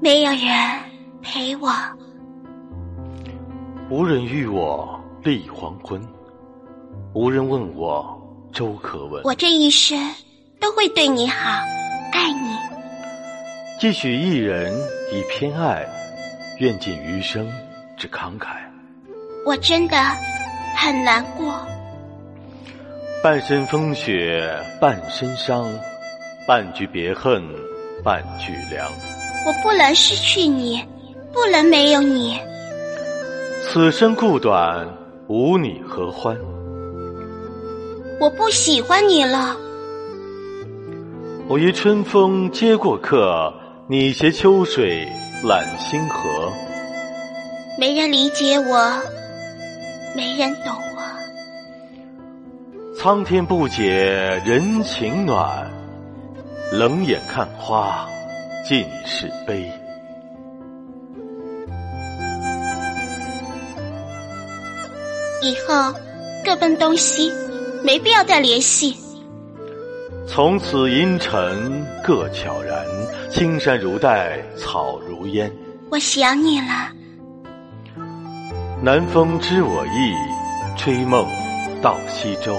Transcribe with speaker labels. Speaker 1: 没有人陪我。
Speaker 2: 无人与我立黄昏，无人问我周可温。
Speaker 1: 我这一生都会对你好，爱你。
Speaker 2: 既许一人以偏爱，愿尽余生之慷慨。
Speaker 1: 我真的很难过。
Speaker 2: 半身风雪半身伤，半句别恨半句凉。
Speaker 1: 我不能失去你，不能没有你。
Speaker 2: 此生苦短，无你何欢？
Speaker 1: 我不喜欢你了。
Speaker 2: 我于春风接过客，你携秋水揽星河。
Speaker 1: 没人理解我，没人懂我。
Speaker 2: 苍天不解人情暖，冷眼看花尽是悲。
Speaker 1: 以后各奔东西，没必要再联系。
Speaker 2: 从此阴沉各悄然，青山如黛草如烟。
Speaker 1: 我想你了，
Speaker 2: 南风知我意，吹梦到西洲。